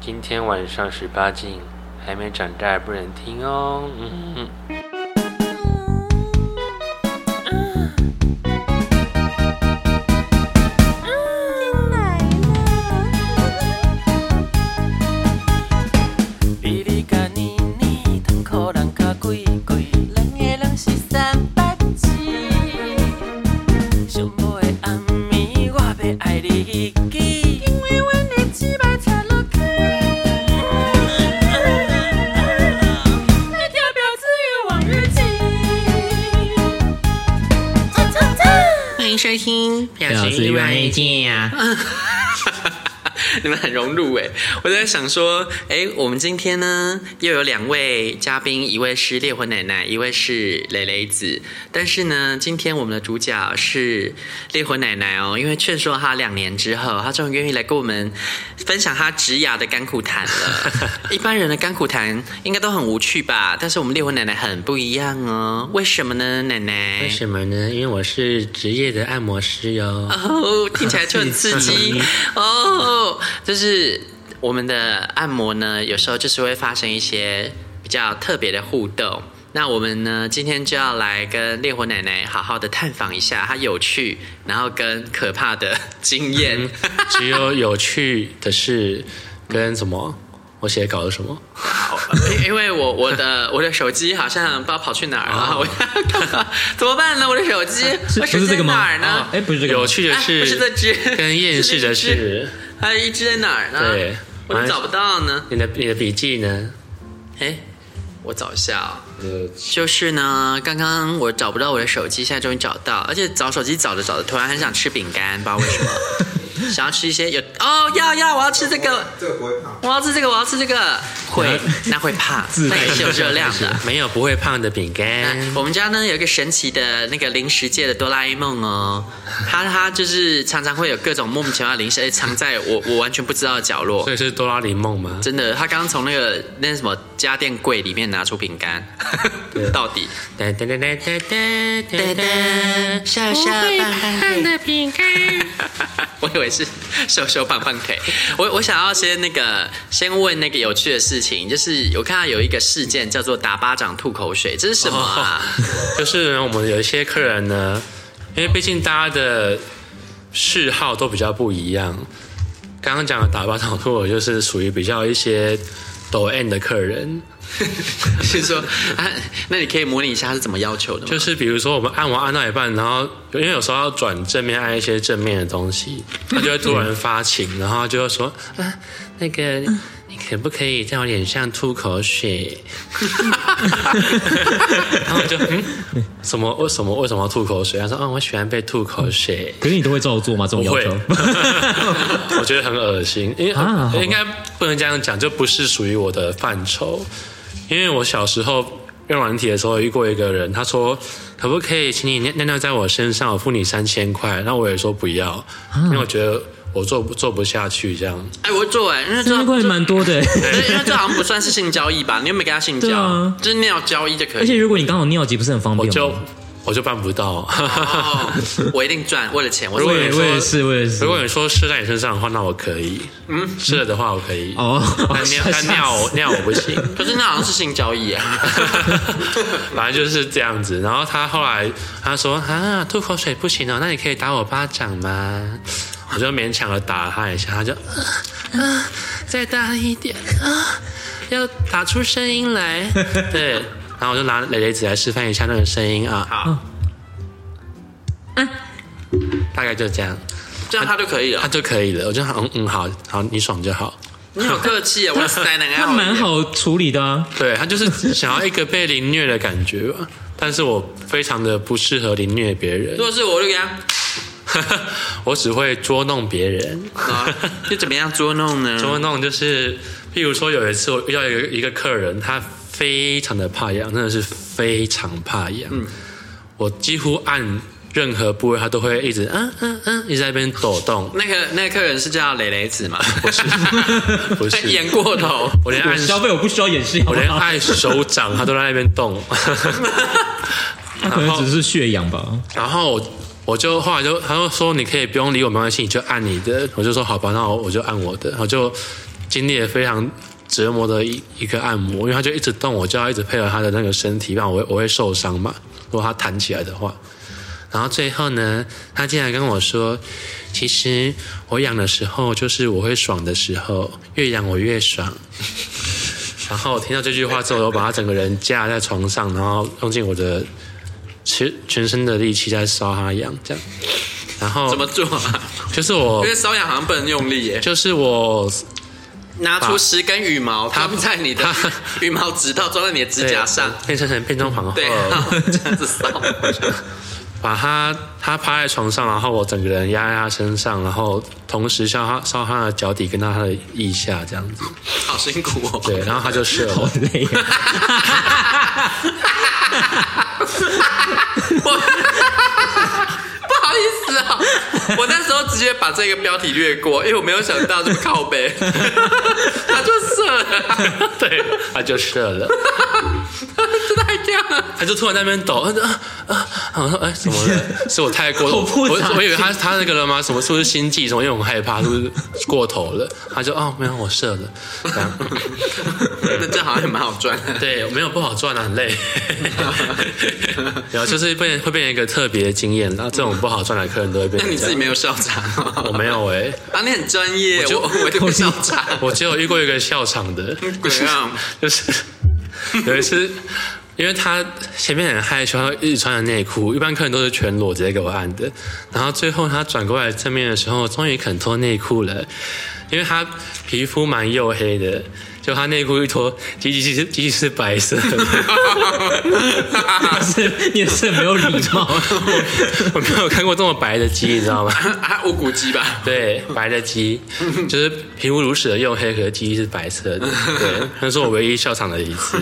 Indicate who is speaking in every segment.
Speaker 1: 今天晚上十八禁，还没长大不能听哦。嗯，
Speaker 2: 比你甲年年，糖苦人较贵贵，两个人是三八子。寂寞的暗暝，我要爱你一记，因为阮的姊妹插落去。来跳表子与往日情。擦擦擦！
Speaker 3: 欢迎收听《表示意外遇见》啊！ 你们很融入哎，我在想说，哎，我们今天呢又有两位嘉宾，一位是烈火奶奶，一位是蕾蕾子。但是呢，今天我们的主角是烈火奶奶哦，因为劝说她两年之后，她终于愿意来跟我们分享她植牙的甘苦谈了。一般人的甘苦谈应该都很无趣吧，但是我们烈火奶奶很不一样哦。为什么呢，奶奶？
Speaker 1: 为什么呢？因为我是职业的按摩师哟。
Speaker 3: 哦，听起来 就很刺激
Speaker 1: 刺激
Speaker 3: 哦。就是我们的按摩呢，有时候就是会发生一些比较特别的互动。那我们呢，今天就要来跟烈火奶奶好好的探访一下她有趣，然后跟可怕的经验。
Speaker 1: 只有有趣的事跟什么？我写稿了什么？
Speaker 4: 嗯
Speaker 3: 因因为我我的我的手机好像不知道跑去哪儿了，我 要干嘛？怎么办呢？我的手机，我手
Speaker 4: 不
Speaker 3: 机
Speaker 4: 是这
Speaker 3: 在
Speaker 4: 个吗
Speaker 3: 哪儿呢
Speaker 4: 哦？哎，不是这个吗，
Speaker 1: 有趣的
Speaker 3: 哎不是这
Speaker 1: 事
Speaker 3: 只
Speaker 1: 跟厌世的
Speaker 3: 是 荔
Speaker 1: 事。
Speaker 3: 还有一只在哪儿呢？
Speaker 1: 对
Speaker 3: 哎
Speaker 1: 哎
Speaker 3: 我就找不到呢。
Speaker 1: 你的你的笔记呢？
Speaker 3: 哎，我找一下、哦。就是呢，刚刚我找不到我的手机，现在终于找到，而且找手机找着找着，突然很想吃饼干，不知道为什 么，想要吃一些有哦，要要，我要吃这个，
Speaker 5: 这个不会胖，
Speaker 3: 我要吃这个，我要吃这个，会那会 怕，那也是有热量的。
Speaker 1: 没有不会胖的饼干。
Speaker 3: 那我们家呢有一个神奇的那个零食界的哆啦 A 梦哦，它它就是常常会有各种莫名其妙的零食，哎藏在我我完全不知道的角落
Speaker 1: 所。以是哆啦 A 梦吗？
Speaker 3: 真的，他刚刚从那个那什么家电柜里面拿出饼干， 到底
Speaker 1: 哒哒哒哒哒哒
Speaker 3: 噔噔，笑笑棒棒糖的饼干。 我以为是瘦瘦棒棒腿。我我想要先那个先问那个有趣的事情，就是我看到有一个事件叫做打巴掌吐口水，这是什么啊？
Speaker 1: 就是呢，我们有一些客人呢，因为毕竟大家的嗜好都比较不一样。刚刚讲的打巴掌兔，我就是属于比较一些抖 N 的客人，
Speaker 3: 是说啊，那你可以模拟一下他是怎么要求的吗？
Speaker 1: 就是比如说我们按完按到一半，然后因为有时候要转正面按一些正面的东西， 他就会突然发情，然后就会说啊，那个你可不可以在我脸上吐口 水？然后我就嗯，什么为什么为什么要吐口水？他说嗯，我喜欢被吐口水。
Speaker 4: 可是你都会照做吗？这种
Speaker 1: 不
Speaker 4: 要
Speaker 1: 会
Speaker 4: 求，
Speaker 1: 我觉得很恶心，因为、
Speaker 4: 啊好吧
Speaker 1: 应该不能这样讲，就不是属于我的范畴。因为我小时候用软体的时候遇过一个人，他说可不可以请你尿尿尿在我身上，我付你三千块。那我也说不要，因为我觉得我做不做不下去这样。
Speaker 3: 哎，我会做哎，因为这
Speaker 4: 这应该蛮多的。
Speaker 3: 对因为这好像不算是性交易吧？你又没跟他性
Speaker 4: 对
Speaker 3: 交，
Speaker 4: 啊
Speaker 3: 就是尿交易就可
Speaker 4: 而
Speaker 3: 以。
Speaker 4: 且如果你刚好尿急，不是很方
Speaker 1: 我
Speaker 4: 便
Speaker 1: 就
Speaker 4: 吗？
Speaker 1: 我就办不 到。
Speaker 3: 哦，我一定赚，为了钱，我是
Speaker 1: 如果
Speaker 3: 为
Speaker 1: 你
Speaker 4: 对，
Speaker 1: 说
Speaker 4: 我也是，我也是
Speaker 1: 如。果你说射在你身上的话，那我可以。嗯，射的话我可以。
Speaker 4: 哦，
Speaker 1: 但 尿但尿我尿我不行。
Speaker 3: 可是那好像是性交易啊。
Speaker 1: 反正就是这样子。然后他后来他说啊，吐口水不行哦，那你可以打我巴掌吗？我就勉强的打了他一下，他就啊啊，再大一点啊，要打出声音来。对，然后我就拿蕾蕾子来示范一下那个声音啊，
Speaker 3: 好，
Speaker 1: 大概就这样，
Speaker 3: 这样他就可以
Speaker 1: 他
Speaker 3: 了。
Speaker 1: 就可以了。我就嗯嗯好好，你爽就好。
Speaker 3: 你好客气啊，我是奶奶 啊，
Speaker 4: 他蛮好处理的啊。
Speaker 1: 对他就是想要一个被凌虐的感觉吧，但是我非常的不适合凌虐别人
Speaker 3: 如，果是我，我就给他，
Speaker 1: 我只会捉弄别人。
Speaker 3: 啊就怎么样捉弄呢？。
Speaker 1: 怎么弄？就是，譬如说有一次我遇到一个一个客人，他非常的怕痒，真的是非常怕痒。我几乎按任何部位，他都会一直嗯嗯嗯一直在那边抖动
Speaker 3: 那个那个客人是叫蕾蕾子嘛？
Speaker 1: 不 是，不是，哦
Speaker 3: 演过头，
Speaker 1: 我连按
Speaker 4: 消费我不需要掩饰，好
Speaker 1: 我
Speaker 4: 不
Speaker 1: 连
Speaker 4: 好？
Speaker 1: 按手掌，他都在那边动。
Speaker 4: 他可能只是血氧吧。
Speaker 1: 然后我我就后来就他就说你可以不用理我，没关系，你就按你的。我就说好吧，那我我就按我的，我就经历了非常折磨的一一个按摩，因为他就一直动我，就要一直配合他的那个身体，不然我会我会受伤嘛。如果他弹起来的话，然后最后呢，他竟然跟我说，其实我痒的时候就是我会爽的时候，越痒我越爽。 然后我听到这句话之后，我把他整个人架在床上，然后用尽我的全全身的力气在搔他痒，这样。然后
Speaker 3: 怎么做啊？
Speaker 1: 就是我
Speaker 3: 因为瘙痒好像不能用力耶，
Speaker 1: 就是我
Speaker 3: 拿出十根羽毛装在你的
Speaker 1: 它
Speaker 3: 羽毛指套装在你的指甲上，
Speaker 1: 变成成变装皇后，
Speaker 3: 对，然后这样子 扫。
Speaker 1: 把他他趴在床上，然后我整个人压在他身上，然后同时烧他烧他的脚底跟到他的腋下这样子，
Speaker 3: 好辛苦哦。
Speaker 1: 对，然后他就射了。
Speaker 4: 累啊，
Speaker 3: 不好意思啊、我那时候直接把这个标题略过，因为我没有想到这么靠背， 他就射了，
Speaker 1: 对，他就射 了，
Speaker 3: 真的还这样，
Speaker 1: 他就突然在那边抖，啊啊啊！我说哎，怎么了？是我太过
Speaker 4: 好复杂
Speaker 1: 我我以为他他那个了吗？什么是不是心悸什么？因为我很害怕，是不是过头了？他就哦，没有，我射了。这样
Speaker 3: 那这好像也蛮好赚的。
Speaker 1: 对，没有不好赚啊，很累。 然后就是变会变成一个特别的经验，然后这种不好赚的客人都会变
Speaker 3: 那
Speaker 1: 成
Speaker 3: 你
Speaker 1: 这
Speaker 3: 自己
Speaker 1: 样。
Speaker 3: 没有笑场、哦
Speaker 1: 我没有哎、
Speaker 3: 啊，你很专业，我我就不笑场，
Speaker 1: 我只有遇过一个笑场的，
Speaker 3: 怎样？
Speaker 1: 就是 有一次，因为他前面很害羞，他一直穿着内裤，一般客人都是全裸直接给我按的。然后最后他转过来正面的时候，终于肯脱内裤了，因为他皮肤蛮黝黑的，就他内裤一脱，鸡鸡是鸡鸡是白色的。
Speaker 4: 是 你也是很没有礼貌。
Speaker 1: 我没有看过这么白的鸡，你知道吗？
Speaker 3: 啊，无骨鸡吧？
Speaker 1: 对，白的鸡就是皮肤如此的黝黑，可是鸡是白色的。对，那是我唯一笑场的一次，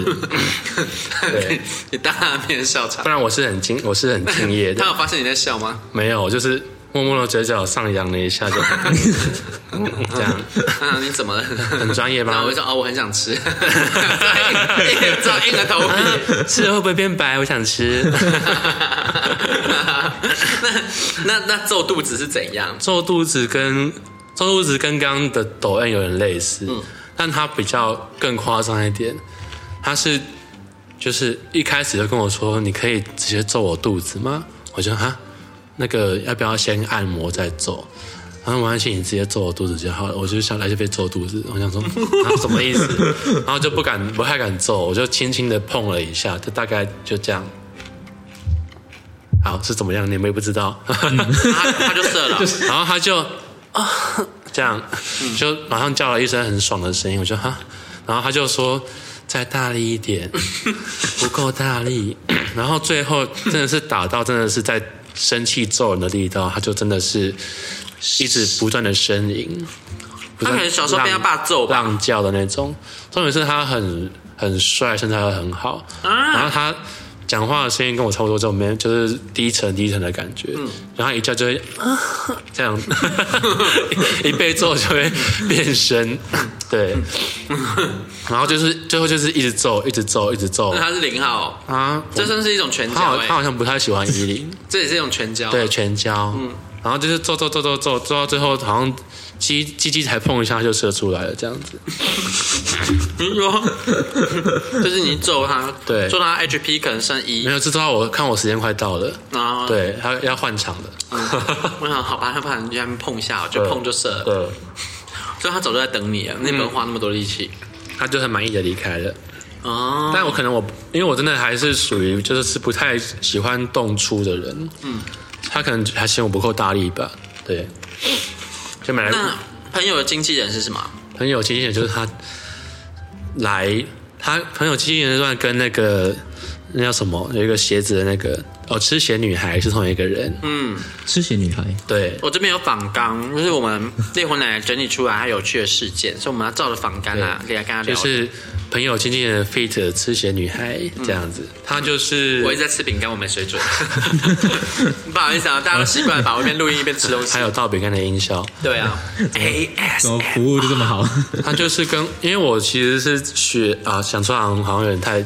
Speaker 1: 对，
Speaker 3: 你当然没有笑场
Speaker 1: 不。然我是很敬，我是很敬 业的
Speaker 3: 他。有发现你在笑吗？
Speaker 1: 没有，就是默默的嘴角上扬了一下就，这样
Speaker 3: 啊，你怎么了？
Speaker 1: 很专业
Speaker 3: 然
Speaker 1: 吧
Speaker 3: 后我？就说哦，我很想吃，这样硬着头
Speaker 1: 啊
Speaker 3: 皮。
Speaker 1: 吃了会不会变白？我想吃。
Speaker 3: 那那那揍肚子是怎样？
Speaker 1: 瘦肚子跟瘦肚子跟刚刚的抖 N 有点类似，但它比较更夸张一点。它是就是一开始就跟我说，你可以直接揍我肚子吗？我就哈，那个要不要先按摩再揍？然后没关系，你直接揍我肚子就好了。我就想来这边揍肚子，我想说，啊、什么意思？ 然后就不敢，不太敢揍，我就轻轻的碰了一下，就大概就这样。好是怎么样，你们也不知道。
Speaker 3: 他他就射了，
Speaker 1: 然后他就啊，这样
Speaker 3: 嗯
Speaker 1: 就马上叫了一声很爽的声音，我就哈，然后他就说再大力一 点，不够大力，然后最后真的是打到真的是在生气揍人的力道，他就真的是一直不断的呻吟，不
Speaker 3: 他
Speaker 1: 断
Speaker 3: 可能小时候被他爸揍吧。
Speaker 1: 浪叫的那种。重点是他很很帅，身材又很好，
Speaker 3: 啊
Speaker 1: 然后他讲话的声音跟我差不多，这种没就是低沉低沉的感觉。
Speaker 3: 嗯
Speaker 1: 然后他一叫就会、 啊、这样， 一一被揍就会变身，对。然后就是最后就是一直揍，一直揍，一直揍
Speaker 3: 那他是零号，
Speaker 1: 啊！
Speaker 3: 这算是一种拳
Speaker 1: 他好
Speaker 3: 交
Speaker 1: 他好
Speaker 3: 哎，哦
Speaker 1: 像不太喜欢依 林。
Speaker 3: 这也是一种拳交。
Speaker 1: 对，，全交。嗯，然后就是揍揍揍揍揍，揍到最后好像鸡鸡鸡才碰一下就射出来了，这样子。
Speaker 3: 你说就是你揍他，
Speaker 1: 对
Speaker 3: 揍他 HP 可能剩一
Speaker 1: 没，有，这知道我看我时间快到了，
Speaker 3: 然后，
Speaker 1: 对，他要换场了。
Speaker 3: 我想好吧，他怕人家碰一下，就碰就射 了，
Speaker 1: 对，
Speaker 3: 所以他早就在等你了，那不用花那么多力气。
Speaker 1: 他就很满意的离开了。
Speaker 3: 哦，
Speaker 1: 但我可能我，因为我真的还是属于就是是不太喜欢动粗的人，嗯，他可能还嫌我不够大力吧，对，就买来
Speaker 3: 那朋友的经纪人是什么？
Speaker 1: 朋友经纪人就是他来，他朋友经纪人段跟那个那叫什么有一个鞋子的那个哦，吃鞋女孩是同一个人，嗯，
Speaker 4: 吃血女孩，
Speaker 1: 对，
Speaker 3: 我这边有仿纲，就是我们烈火奶奶整理出来她有趣的事件，所以我们要照着仿纲啊，给大家
Speaker 1: 就
Speaker 3: 聊。
Speaker 1: 是朋友经纪人的 fit 吃鞋女孩这样子，他就是
Speaker 3: 嗯我一直在吃饼干，我没水准， 不好意思啊，大家都习惯把我一边录音一边吃东西
Speaker 1: 还。有倒饼干的音效，
Speaker 3: 对啊，A
Speaker 4: 怎
Speaker 3: S
Speaker 4: 么服务就这么好？
Speaker 1: 他就是跟，因为我其实是学啊，想出来好像有点太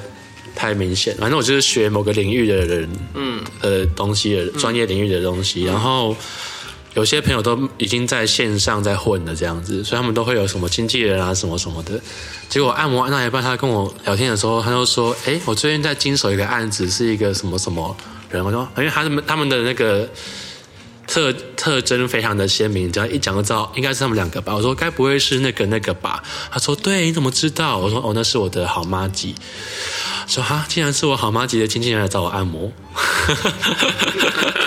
Speaker 1: 太明显，反正我就是学某个领域的人，嗯，呃，东西的专业领域的东西，然后。有些朋友都已经在线上在混了这样子，所以他们都会有什么经纪人啊什么什么的。结果按摩按到一半，他跟我聊天的时候，他就说：“哎、我最近在经手一个案子，是一个什么什么人。”我说：“因为他们他们的那个特特征非常的鲜明，只要一讲就知道应该是他们两个吧。”我说：“该不会是那个那个吧？”他说：“对，你怎么知道？”我说：“哦，那是我的好妈吉。”说哈，竟然是我好妈级的经纪人来找我按摩，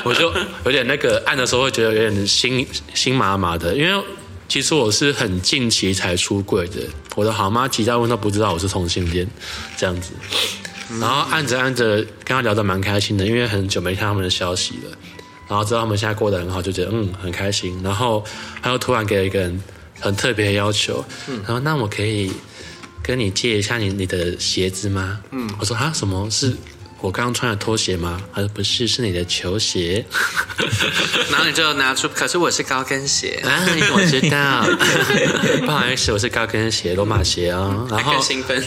Speaker 1: 我就有点那个按的时候会觉得有点心心麻麻的，因为其实我是很近期才出柜的，我的好妈级大部分都不知道我是同性恋这样子，然后按着按着跟他聊得蛮开心的，因为很久没看他们的消息了，然后知道他们现在过得很好，就觉得嗯很开心，然后他又突然给了一个很很特别的要求，然后那我可以。跟你借一下你你的鞋子吗？嗯，我说啊，什么是我刚刚穿的拖鞋吗？他说不是，是你的球鞋。
Speaker 3: 然后你就拿出，可是我是高跟鞋，
Speaker 1: 啊，你怎么知道？ 不好意思，我是高跟鞋，罗马鞋哦。然后
Speaker 3: 更 兴奋。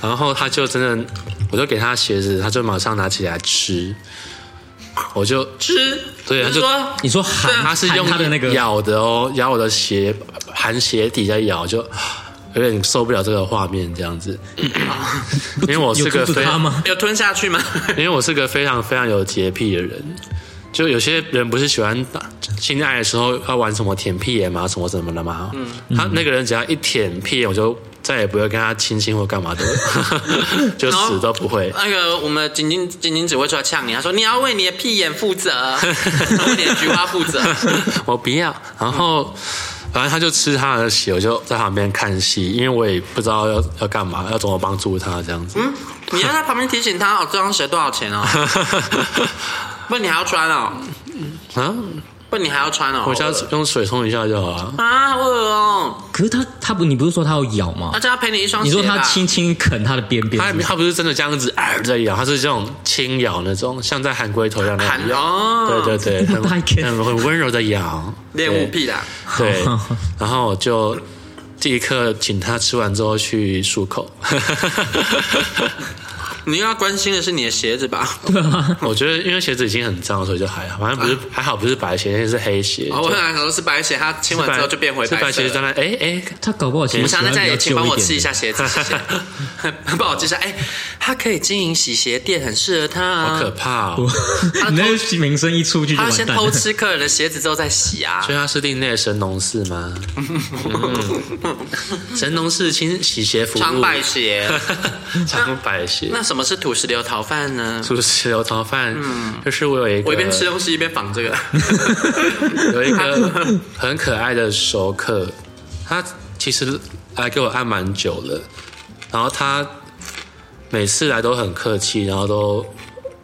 Speaker 1: 然后他就真的，我就给他鞋子，他就马上拿起来吃，我就吃，对，他
Speaker 3: 就
Speaker 1: 就
Speaker 3: 说
Speaker 4: 你说喊
Speaker 1: 他是用
Speaker 4: 喊他的那个
Speaker 1: 咬的哦，咬我的鞋，含鞋底在咬，就 有点受不了这个画面这样子。因为我是
Speaker 4: 有
Speaker 1: 个
Speaker 4: 阻止
Speaker 1: 非
Speaker 4: 他吗？
Speaker 3: 有吞下去吗？
Speaker 1: 因为我是个非常非常有洁癖的人，就有些人不是喜欢打性爱的时候要玩什么舔屁眼嘛，什么什么的嘛。
Speaker 4: 嗯
Speaker 1: 他那个人只要一舔屁眼，我就再也不会跟他亲亲或干嘛的， 就死都不会。
Speaker 3: 那个我们仅仅仅仅只会出来呛你，他说你要为你的屁眼负 责，为你的菊花负责。
Speaker 1: 我不要。然后，反正他就吃他的血，我就在旁边看戏，因为我也不知道要要干嘛，要怎么帮助他这样子。
Speaker 3: 嗯你要在旁边提醒他哦，这双鞋多少钱哦？不，你还要穿哦，
Speaker 1: 啊，
Speaker 3: 不，你还要穿哦。
Speaker 1: 我下次用水冲一下就好了。
Speaker 3: 啊，我哦，
Speaker 4: 可是他他不，你不是说他要咬吗
Speaker 3: 那？叫他赔你一双
Speaker 4: 你
Speaker 3: 鞋吧。
Speaker 4: 说他轻轻啃他的边边
Speaker 1: 他
Speaker 4: 是不是，
Speaker 1: 他不是真的这样子啊在咬，他是这种轻咬那种，像在喊龟头一样那
Speaker 3: 喊
Speaker 1: 样咬。
Speaker 3: 哦，
Speaker 1: 对对 对，很
Speaker 4: 白天
Speaker 1: 很很温柔的咬。
Speaker 3: 练物癖啦。
Speaker 1: 对，然后我就第一课请他吃完之后去漱口。
Speaker 3: 你要关心的是你的鞋子吧？
Speaker 1: 我觉得因为鞋子已经很脏了，所以就还好，反正不是还好不是白鞋，那是黑鞋。
Speaker 3: 啊哦，我本来想说是白鞋，他亲完之后就变回
Speaker 1: 是白
Speaker 3: 色
Speaker 1: 鞋，
Speaker 3: 了。
Speaker 1: 当然哎哎，
Speaker 4: 他搞不好其
Speaker 3: 我
Speaker 4: 实
Speaker 3: 们常在家
Speaker 4: 喜
Speaker 3: 里，
Speaker 4: 欢比较
Speaker 3: 请帮
Speaker 4: 旧
Speaker 3: 我
Speaker 4: 一点
Speaker 3: 试一
Speaker 4: 的
Speaker 3: 下鞋子，谢谢。 帮我记一下，哎，他可以经营洗鞋店，很适合他
Speaker 1: 好
Speaker 3: 啊。
Speaker 1: 可怕哦！
Speaker 4: 你那名声一出去就
Speaker 3: 他
Speaker 4: 完
Speaker 3: 先
Speaker 4: 蛋
Speaker 3: 偷
Speaker 4: 了。
Speaker 3: 吃客人的鞋子之后再洗啊
Speaker 1: 所。以他是另类的神农氏吗？ 嗯神农氏清洗鞋服务，
Speaker 3: 长拜 鞋，
Speaker 1: 长百鞋。
Speaker 3: 那什么是土石流逃犯呢？
Speaker 1: 主持流逃犯，就是我有一个，
Speaker 3: 嗯我一边吃东西一边仿这个。
Speaker 1: 有一个很可爱的熟客，他其实来给我按蛮久了，然后他每次来都很客气，然后都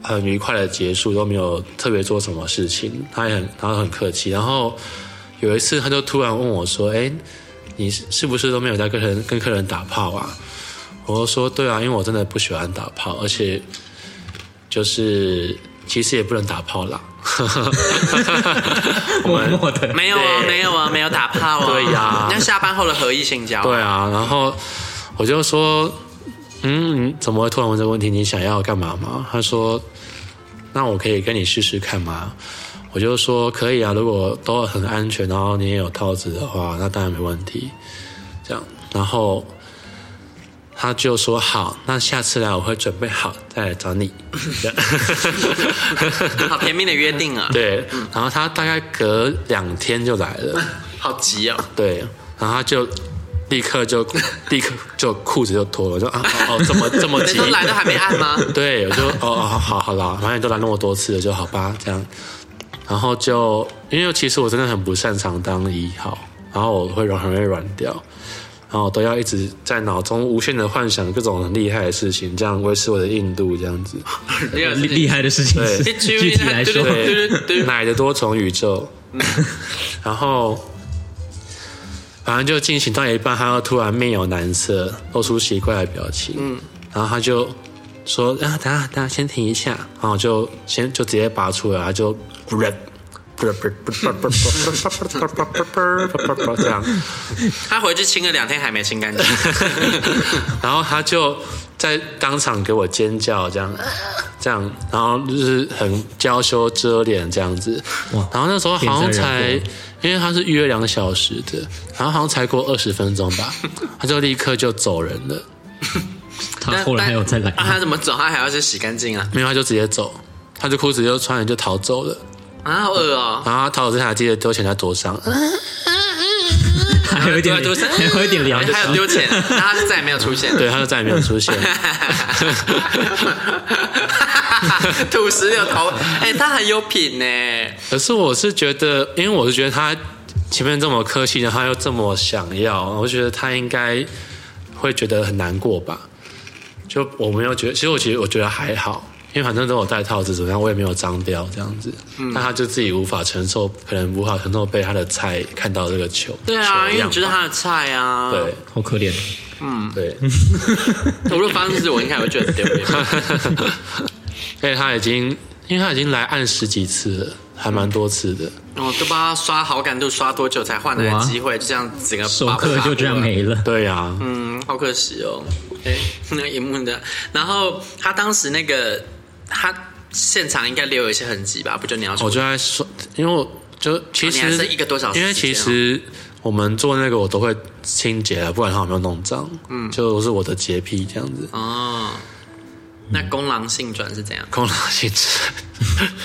Speaker 1: 很愉快的结束，都没有特别做什么事情，他也很他很客气。然后有一次他就突然问我说：“哎，你是是不是都没有在跟人跟客人打炮啊？”我就说：“对啊，因为我真的不喜欢打炮，而且就是其实也不能打炮啦。”
Speaker 4: 默默的，
Speaker 3: 没有啊，没有啊，没有打炮啊。
Speaker 1: 对呀
Speaker 3: 那下班后的合意性交。
Speaker 1: 对啊，然后我就说，嗯，你怎么会突然问这个问题？你想要干嘛吗？他说，那我可以跟你试试看吗？我就说可以啊，如果都很安全，然后你也有套子的话，那当然没问题。这样，然后他就说好，那下次来我会准备好再来找你。 这样
Speaker 3: 好甜蜜的约定啊，
Speaker 1: 对，然后他大概隔两天就来了。
Speaker 3: 好急 哦。
Speaker 1: 对，然后他就立刻就立刻就裤子就脱了，我就啊哦哦这么这么
Speaker 3: 你
Speaker 1: 急
Speaker 3: 说，来都还没按 吗？
Speaker 1: 对，我就哦哦好好好啦，反正都来那么多次了，就好吧这样，然后就因为其实我真的很不擅长当一号，然后我会软很容易软掉。然后我都要一直在脑中无限的幻想各种很厉害的事情，这样维持我的硬度，这样子。
Speaker 4: 厉厉害的事情是
Speaker 3: 对
Speaker 4: 具体来说，
Speaker 3: 对对对
Speaker 1: 对，奶的多重宇宙。然后，反正就进行到一半，他又突然面有难色，露出奇怪的表情。嗯，然后他就说：“啊，等下等下，先停一下。”然后我就先就直接拔出来，他就 rap 这样，
Speaker 3: 他回去清了两天还没清干 净，
Speaker 1: 然后他就在当场给我尖叫，这样，这样，然后就是很娇羞遮脸这样子
Speaker 4: 哇。
Speaker 1: 然后那时候好像才
Speaker 4: 天灾人，
Speaker 1: 因为他是预约两个小时的，然后好像才过二十分钟 吧，他就立刻就走人了，
Speaker 4: 他后来还有再来
Speaker 3: 那，啊他怎么走？他还要去洗干净啊！
Speaker 1: 没有他就直接走，他就裤子就穿了就逃走了。
Speaker 3: 啊，好恶哦！
Speaker 1: 然后他逃走之前还记得丢钱在桌上，
Speaker 4: 还有一点， 还有一点良心
Speaker 3: 哎还有丢 钱，然后他就再也没有出现。
Speaker 1: 对，他就再也没有出现。
Speaker 3: 土石榴头，哎、他很有品呢。
Speaker 1: 可是我是觉得，因为我是觉得他前面这么客气，然后他又这么想要，我觉得他应该会觉得很难过吧。就我没有觉得，其实我其实我觉得还好，因为反正都有戴套子，怎么样我也没有脏掉这样子。那他就自己无法承受，可能无法承受被他的菜看到这个球。
Speaker 3: 对啊，因为你
Speaker 1: 球
Speaker 3: 觉
Speaker 1: 样
Speaker 3: 得他的菜啊。
Speaker 1: 吧
Speaker 4: 好可怜。
Speaker 1: 对对。
Speaker 3: 我如果发生事，我应该会觉得很丢 脸。哦
Speaker 1: 而且他已经，因为他已经来按十几次了，还蛮多次的。
Speaker 3: 我都不知道他刷好感度刷多久才换来
Speaker 4: 哇
Speaker 3: 机会，就这样整个
Speaker 4: 授
Speaker 3: 巴不
Speaker 4: 课
Speaker 3: 巴不
Speaker 4: 就这样
Speaker 3: 了
Speaker 4: 没了，
Speaker 1: 对啊呀、
Speaker 3: 嗯，好可惜哦。哎，那荧幕的，然后他当时那个他现场应该留有一些痕迹吧？不就你要
Speaker 1: 我
Speaker 3: 说，
Speaker 1: 哦就在说，因为我就其实、
Speaker 3: 哦你还剩一个多小时
Speaker 1: 因为
Speaker 3: 时间
Speaker 1: 其
Speaker 3: 哦
Speaker 1: 实我们做那个我都会清洁啊的，不管它有没有弄脏，嗯，就是我的洁癖这样子，
Speaker 3: 哦，那公狼性转是怎样？
Speaker 1: 空狼性质。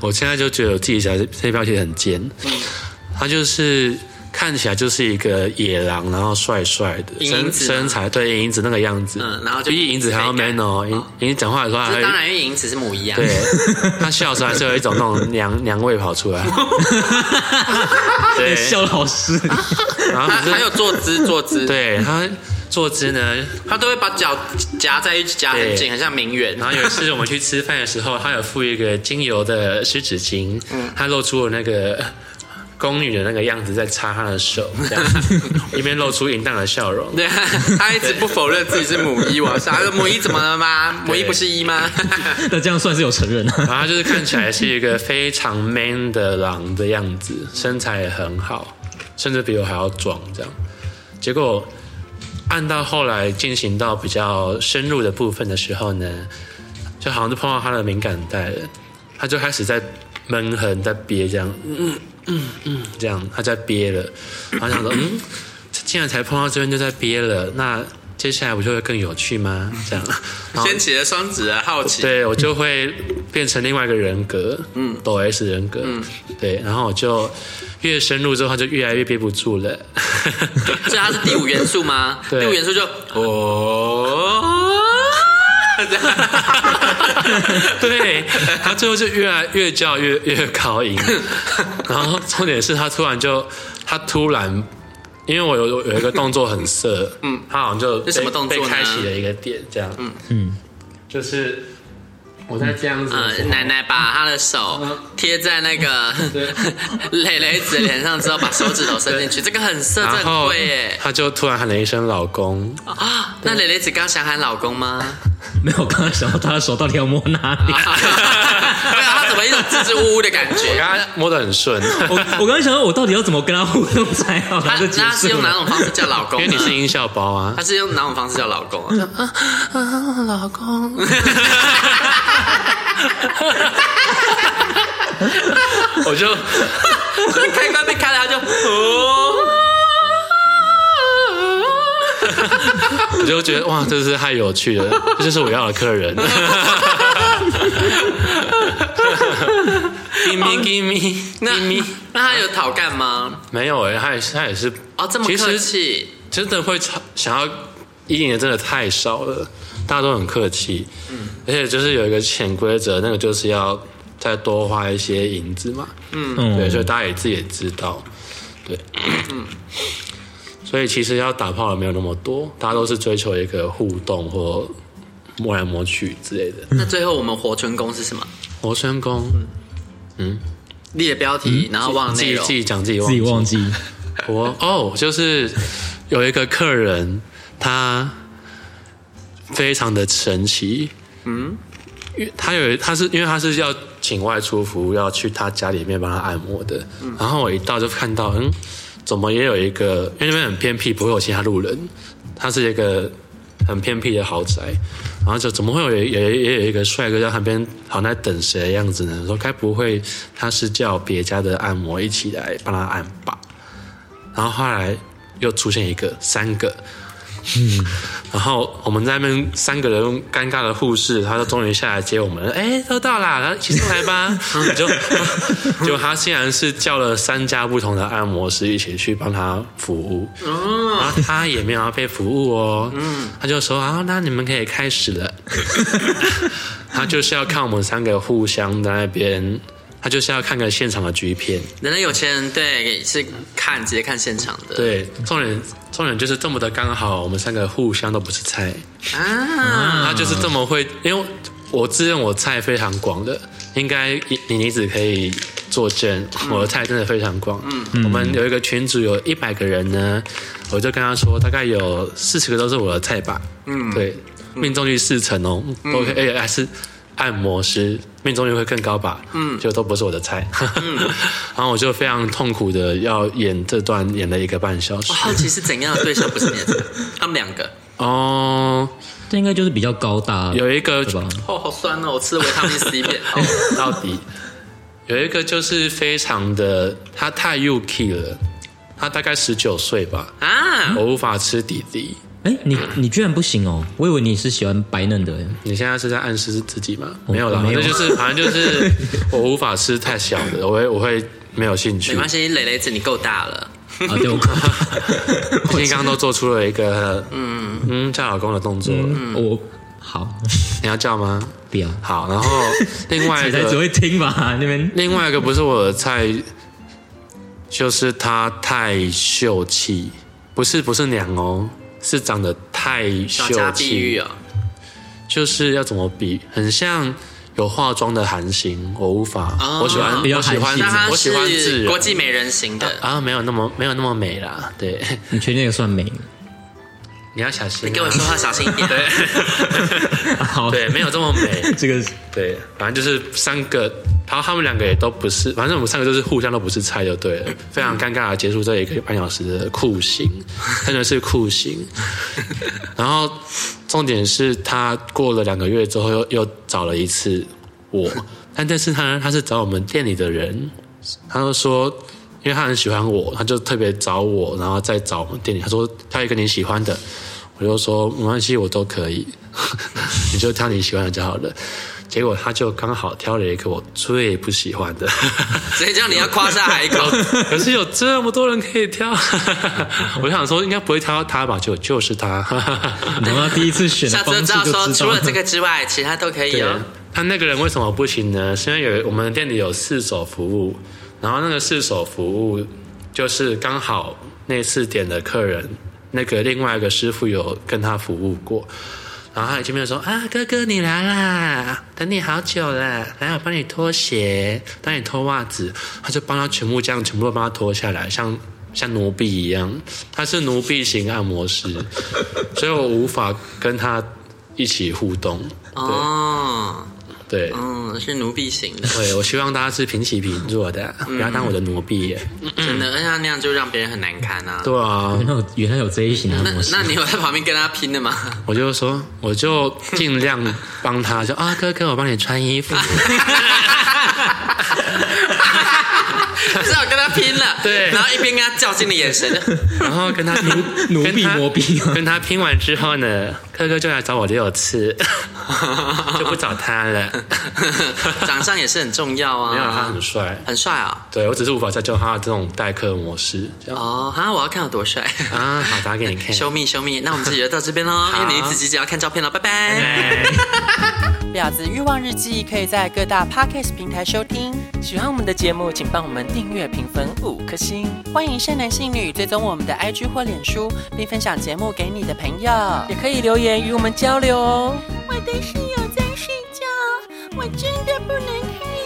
Speaker 1: 我现在就觉得我自己写的这标题很尖，
Speaker 3: 嗯
Speaker 1: 他就是看起来就是一个野狼，然后帅帅的，
Speaker 3: 银银
Speaker 1: 身
Speaker 3: 子吗
Speaker 1: 身材对银子那个样子，
Speaker 3: 嗯然后就
Speaker 1: 比银子还要
Speaker 3: 美感
Speaker 1: man 哦，银银子讲话的时候还
Speaker 3: 这
Speaker 1: 会
Speaker 3: 当然，因为银子是母啊一样。
Speaker 1: 对，他笑的时候还是有一种那种娘娘味跑出来，对，
Speaker 4: 笑老师，
Speaker 1: 然后
Speaker 3: 他
Speaker 1: 可是
Speaker 3: 还有坐 姿，坐姿，，
Speaker 1: 对他坐姿呢，
Speaker 3: 他都会把脚夹在一起，夹很紧，
Speaker 1: 对
Speaker 3: 很像名媛。
Speaker 1: 然后有一次我们去吃饭的时候，他有附一个精油的湿纸巾，他露出了那个宫女的那个样子，在擦他的手，这样一边露出淫荡的笑容。
Speaker 3: 对，他一直不否认自己是母一，我说他说母一怎么了吗？母一不是一吗？
Speaker 4: 那这样算是有承认啊？
Speaker 1: 然后他就是看起来是一个非常 man 的狼的样子，身材也很好，甚至比我还要壮这样。结果按到后来进行到比较深入的部分的时候呢，就好像就碰到他的敏感带了，他就开始在闷哼，在憋这样，嗯嗯嗯，这样他在憋了，然后想说，嗯，竟然才碰到这边就在憋了，那接下来不就会更有趣吗？这样，然后
Speaker 3: 掀起了双子的好奇，
Speaker 1: 对我就会变成另外一个人格，嗯，抖 S 人格，嗯，对，然后我就越深入之后，他就越来越憋不住了，
Speaker 3: 所以 他是第五元素吗？
Speaker 1: 对
Speaker 3: 第五元素就 哦，这样
Speaker 1: 对他最后就越来越叫越越高 音，然后重点是他突然就他突然。因为我有有有一个动作很色，嗯，他好像就被
Speaker 3: 是什么动作呢
Speaker 1: 被开启了一个点，这样，嗯嗯，就是我在这样子的时
Speaker 3: 嗯，
Speaker 1: 候，
Speaker 3: 奶奶把她的手贴在那个 磊磊子脸上之后，把手指头伸进去，这个很色， 这
Speaker 1: 然
Speaker 3: 很
Speaker 1: 后
Speaker 3: 会耶。
Speaker 1: 他就突然喊了一声“老公”，
Speaker 3: 啊，那磊磊子刚想喊老公 吗？
Speaker 4: 没有，我刚刚想到他的手到底要摸哪 里？
Speaker 3: 对啊，他怎么一种支支吾吾的感
Speaker 1: 我
Speaker 3: 觉？
Speaker 1: 刚刚摸得很 顺，
Speaker 4: 我我刚刚想到，我到底要怎么跟他互动才好？
Speaker 3: 他
Speaker 4: 然后就结
Speaker 3: 那他是
Speaker 4: 束
Speaker 3: 用哪
Speaker 4: 了。
Speaker 3: 种方式叫老公
Speaker 1: 因
Speaker 3: 呢？
Speaker 1: 为你是音效包啊
Speaker 3: 他。是用哪种方式叫老公 啊？
Speaker 2: 老公。
Speaker 1: 我就
Speaker 3: 开关被开了，他就哦，
Speaker 1: 我就觉得哇，这是太有趣了，这就是我要的客 人。give
Speaker 3: 哦
Speaker 1: me give me，
Speaker 3: 那那他有讨干吗？
Speaker 1: 没有哎、他也是他也是
Speaker 3: 哦，这么
Speaker 1: 其
Speaker 3: 客
Speaker 1: 实
Speaker 3: 气，
Speaker 1: 真的会吵想要一点的真的太少了，大家都很客气，
Speaker 3: 嗯
Speaker 1: 而且就是有一个潜规则，那个就是要再多花一些银子嘛，
Speaker 4: 嗯
Speaker 1: 对，所以大家也自己也知道，对，所以其实要打炮的没有那么多，大家都是追求一个互动或摸来摸去之类的。
Speaker 4: 嗯
Speaker 3: 那最后我们活春宫是什么？
Speaker 1: 活春宫，
Speaker 3: 立了标题，然后忘了
Speaker 1: 自
Speaker 3: 嗯内
Speaker 1: 己
Speaker 3: 容
Speaker 1: 自。己讲自己忘
Speaker 4: 自
Speaker 1: 嗯
Speaker 4: 己
Speaker 1: 记。
Speaker 4: 忘记，
Speaker 1: 我哦，就是有一个客人，他非常的神奇，嗯，因为他有他是因为他是要请外出服务要去他家里面帮他按摩的，然后我一到就看到，嗯，怎么也有一个，因为那边很偏僻，不会有其他路人，它是一个很偏僻的豪宅，然后就怎么会有也也也有一个帅哥在旁边好像在等谁的样子呢？说该不会他是叫别家的按摩一起来帮他按吧？然后后来又出现一个、三个，然后我们在那边三个人尴尬的互视，他就终于下来接我们了。哎，都到啦，然后一起上来吧。然后 就就他竟然是叫了三家不同的按摩师一起去帮他服务，然后他也没有要被服务哦。他就说啊，那你们可以开始了。 他就是要看我们三个互相在那边，他就是要看个现场的剧片。
Speaker 3: 人家有钱人对是看直接看现场的，
Speaker 1: 对，重点重点就是这么的刚好，我们三个互相都不是菜，
Speaker 3: 啊，
Speaker 1: 他就是这么会，因为我自认我菜非常广的，应该你你你只可以作证，我的菜真的非常广。嗯，我们有一个群组有一百个人呢，我就跟他说，大概有四十个都是我的菜吧。嗯，对，命中率四成哦，都可以，哎还是。按摩师命中率会更高吧？嗯，就都不是我的菜。 然后我就非常痛苦的要演这段，演了一个半小时
Speaker 3: 我。好奇是怎样的对象不是你的 菜，他们两个。
Speaker 1: 哦，
Speaker 4: 这应该就是比较高大，
Speaker 1: 有一个
Speaker 4: 对吧？
Speaker 3: 哦，好酸哦！我吃了维他命 C 片，哦，
Speaker 1: 到底有一个就是非常的，他太 UK 了，他大概十九岁吧，
Speaker 3: 啊，
Speaker 1: 我无法吃弟弟。
Speaker 4: 哎，你你居然不行哦！我以为你是喜欢白嫩的哎。
Speaker 1: 你现在是在暗示是自己吗？没有啦，
Speaker 4: 没有
Speaker 1: 那就是反正就是 我无法吃太小的，我会我会没有兴趣
Speaker 3: 没。关系，蕾蕾子你够大了，
Speaker 4: 啊，对，我
Speaker 1: 今天刚刚都做出了一个嗯嗯叫老公的动作了，
Speaker 4: 我好
Speaker 1: 你要叫吗？
Speaker 4: 不要，
Speaker 1: 好，然后另
Speaker 3: 哎
Speaker 1: 外一
Speaker 4: 姐 才只
Speaker 1: 个
Speaker 4: 会听吧？那边
Speaker 1: 另外一个不是我的菜，就是他太秀气，不是不是娘哦，是长得太
Speaker 3: 小
Speaker 1: 秀
Speaker 3: 家碧玉
Speaker 1: 气，
Speaker 3: 哦。
Speaker 1: 就是要怎么比，很像有化妆的韩星，我无法，
Speaker 3: 哦
Speaker 1: 我喜欢
Speaker 4: 比较
Speaker 1: 我喜欢
Speaker 4: 韩
Speaker 3: 那
Speaker 4: 系
Speaker 3: 她
Speaker 1: 我喜欢自
Speaker 3: 是
Speaker 1: 然
Speaker 3: 国际美人型的，
Speaker 1: 啊，没有那么没有那么美啦，对，
Speaker 4: 你确定那个算美？
Speaker 1: 你要小心、啊
Speaker 3: 你跟我说，话小心一点。
Speaker 4: 好，
Speaker 1: 对，没有这么美，
Speaker 4: 这个
Speaker 1: 对，反正就是三个，然后他们两个也都不是，反正我们三个就是互相都不是菜就对了，非常尴尬的结束这一个半小时的酷刑，真的是酷刑。然后重点是他过了两个月之后又又找了一次我，但这次他他是找我们店里的人，他就说。因为他很喜欢我，他就特别找我，然后再找我们店里。他说他有一个你喜欢的，我就说没关系，我都可以， 你就挑你喜欢的就好了。结果他就刚好挑了一个我最不喜欢的，
Speaker 3: 谁叫你要夸下海口？
Speaker 1: 可是有这么多人可以挑， 我想说应该不会挑到他吧，就就是他。
Speaker 4: 你他妈第一次选的
Speaker 3: 下
Speaker 4: 方
Speaker 3: 次
Speaker 4: 式
Speaker 3: 知道
Speaker 4: 就知道
Speaker 3: 说，除了这 个之外，其他都可以
Speaker 1: 对
Speaker 3: 哦。
Speaker 1: 他那个人为什么不行呢？是因为有我们店里有四手服务，然后那个四手服务就是刚好那次点的客人，那个另外一个师傅有跟他服务过。然后他一见面就说啊，哥哥你来啦，等你好久了，来我帮你脱鞋，帮你脱袜子，他就帮他全部这样全部都帮他脱下来，像像奴婢一样，他是奴婢型按摩师，所以我无法跟他一起互动。对
Speaker 3: 哦，
Speaker 1: 对，
Speaker 3: 嗯，是奴婢型的，
Speaker 1: 对，我希望大家是平起平坐的，不要当我的奴婢耶。
Speaker 3: 真的，而且他那样就让别人很难堪啊。
Speaker 1: 对啊，
Speaker 4: 原来有原来有这一型的
Speaker 3: 那
Speaker 4: 模式
Speaker 3: 那，你有在旁边跟他拼的吗？
Speaker 1: 我就说，我就尽量帮他，就啊，哥哥，我帮你穿衣服。
Speaker 3: 只好跟他拼了，
Speaker 1: 对
Speaker 3: 然后一边跟他较劲的眼神，
Speaker 1: 然后跟他拼
Speaker 4: 奴婢
Speaker 1: 跟他
Speaker 4: 磨逼啊
Speaker 1: 跟他拼完之后呢，哥哥就来找我六次， 就 不找他了。
Speaker 3: 长相也是很重要
Speaker 1: 没有，他
Speaker 3: 啊
Speaker 1: 很，帅。
Speaker 3: 很帅啊。
Speaker 1: 对我只是无法再叫他的这种代课模式。这样
Speaker 3: 哦，哈，我要看有多帅。
Speaker 1: 啊，好，打给你 看。
Speaker 3: 修密修密，那我们这集就到这边喽，因为你一直急着要看照片了，拜拜
Speaker 2: 婊子欲望日记可以在各大 podcast 平台收听。喜欢我们的节目，请帮我们订阅、评分五颗星。欢迎善男信女追踪我们的 IG 或脸书，并分享节目给你的朋友，也可以留言与我们交流哦。
Speaker 5: 我的室友在睡觉，我真的不能看。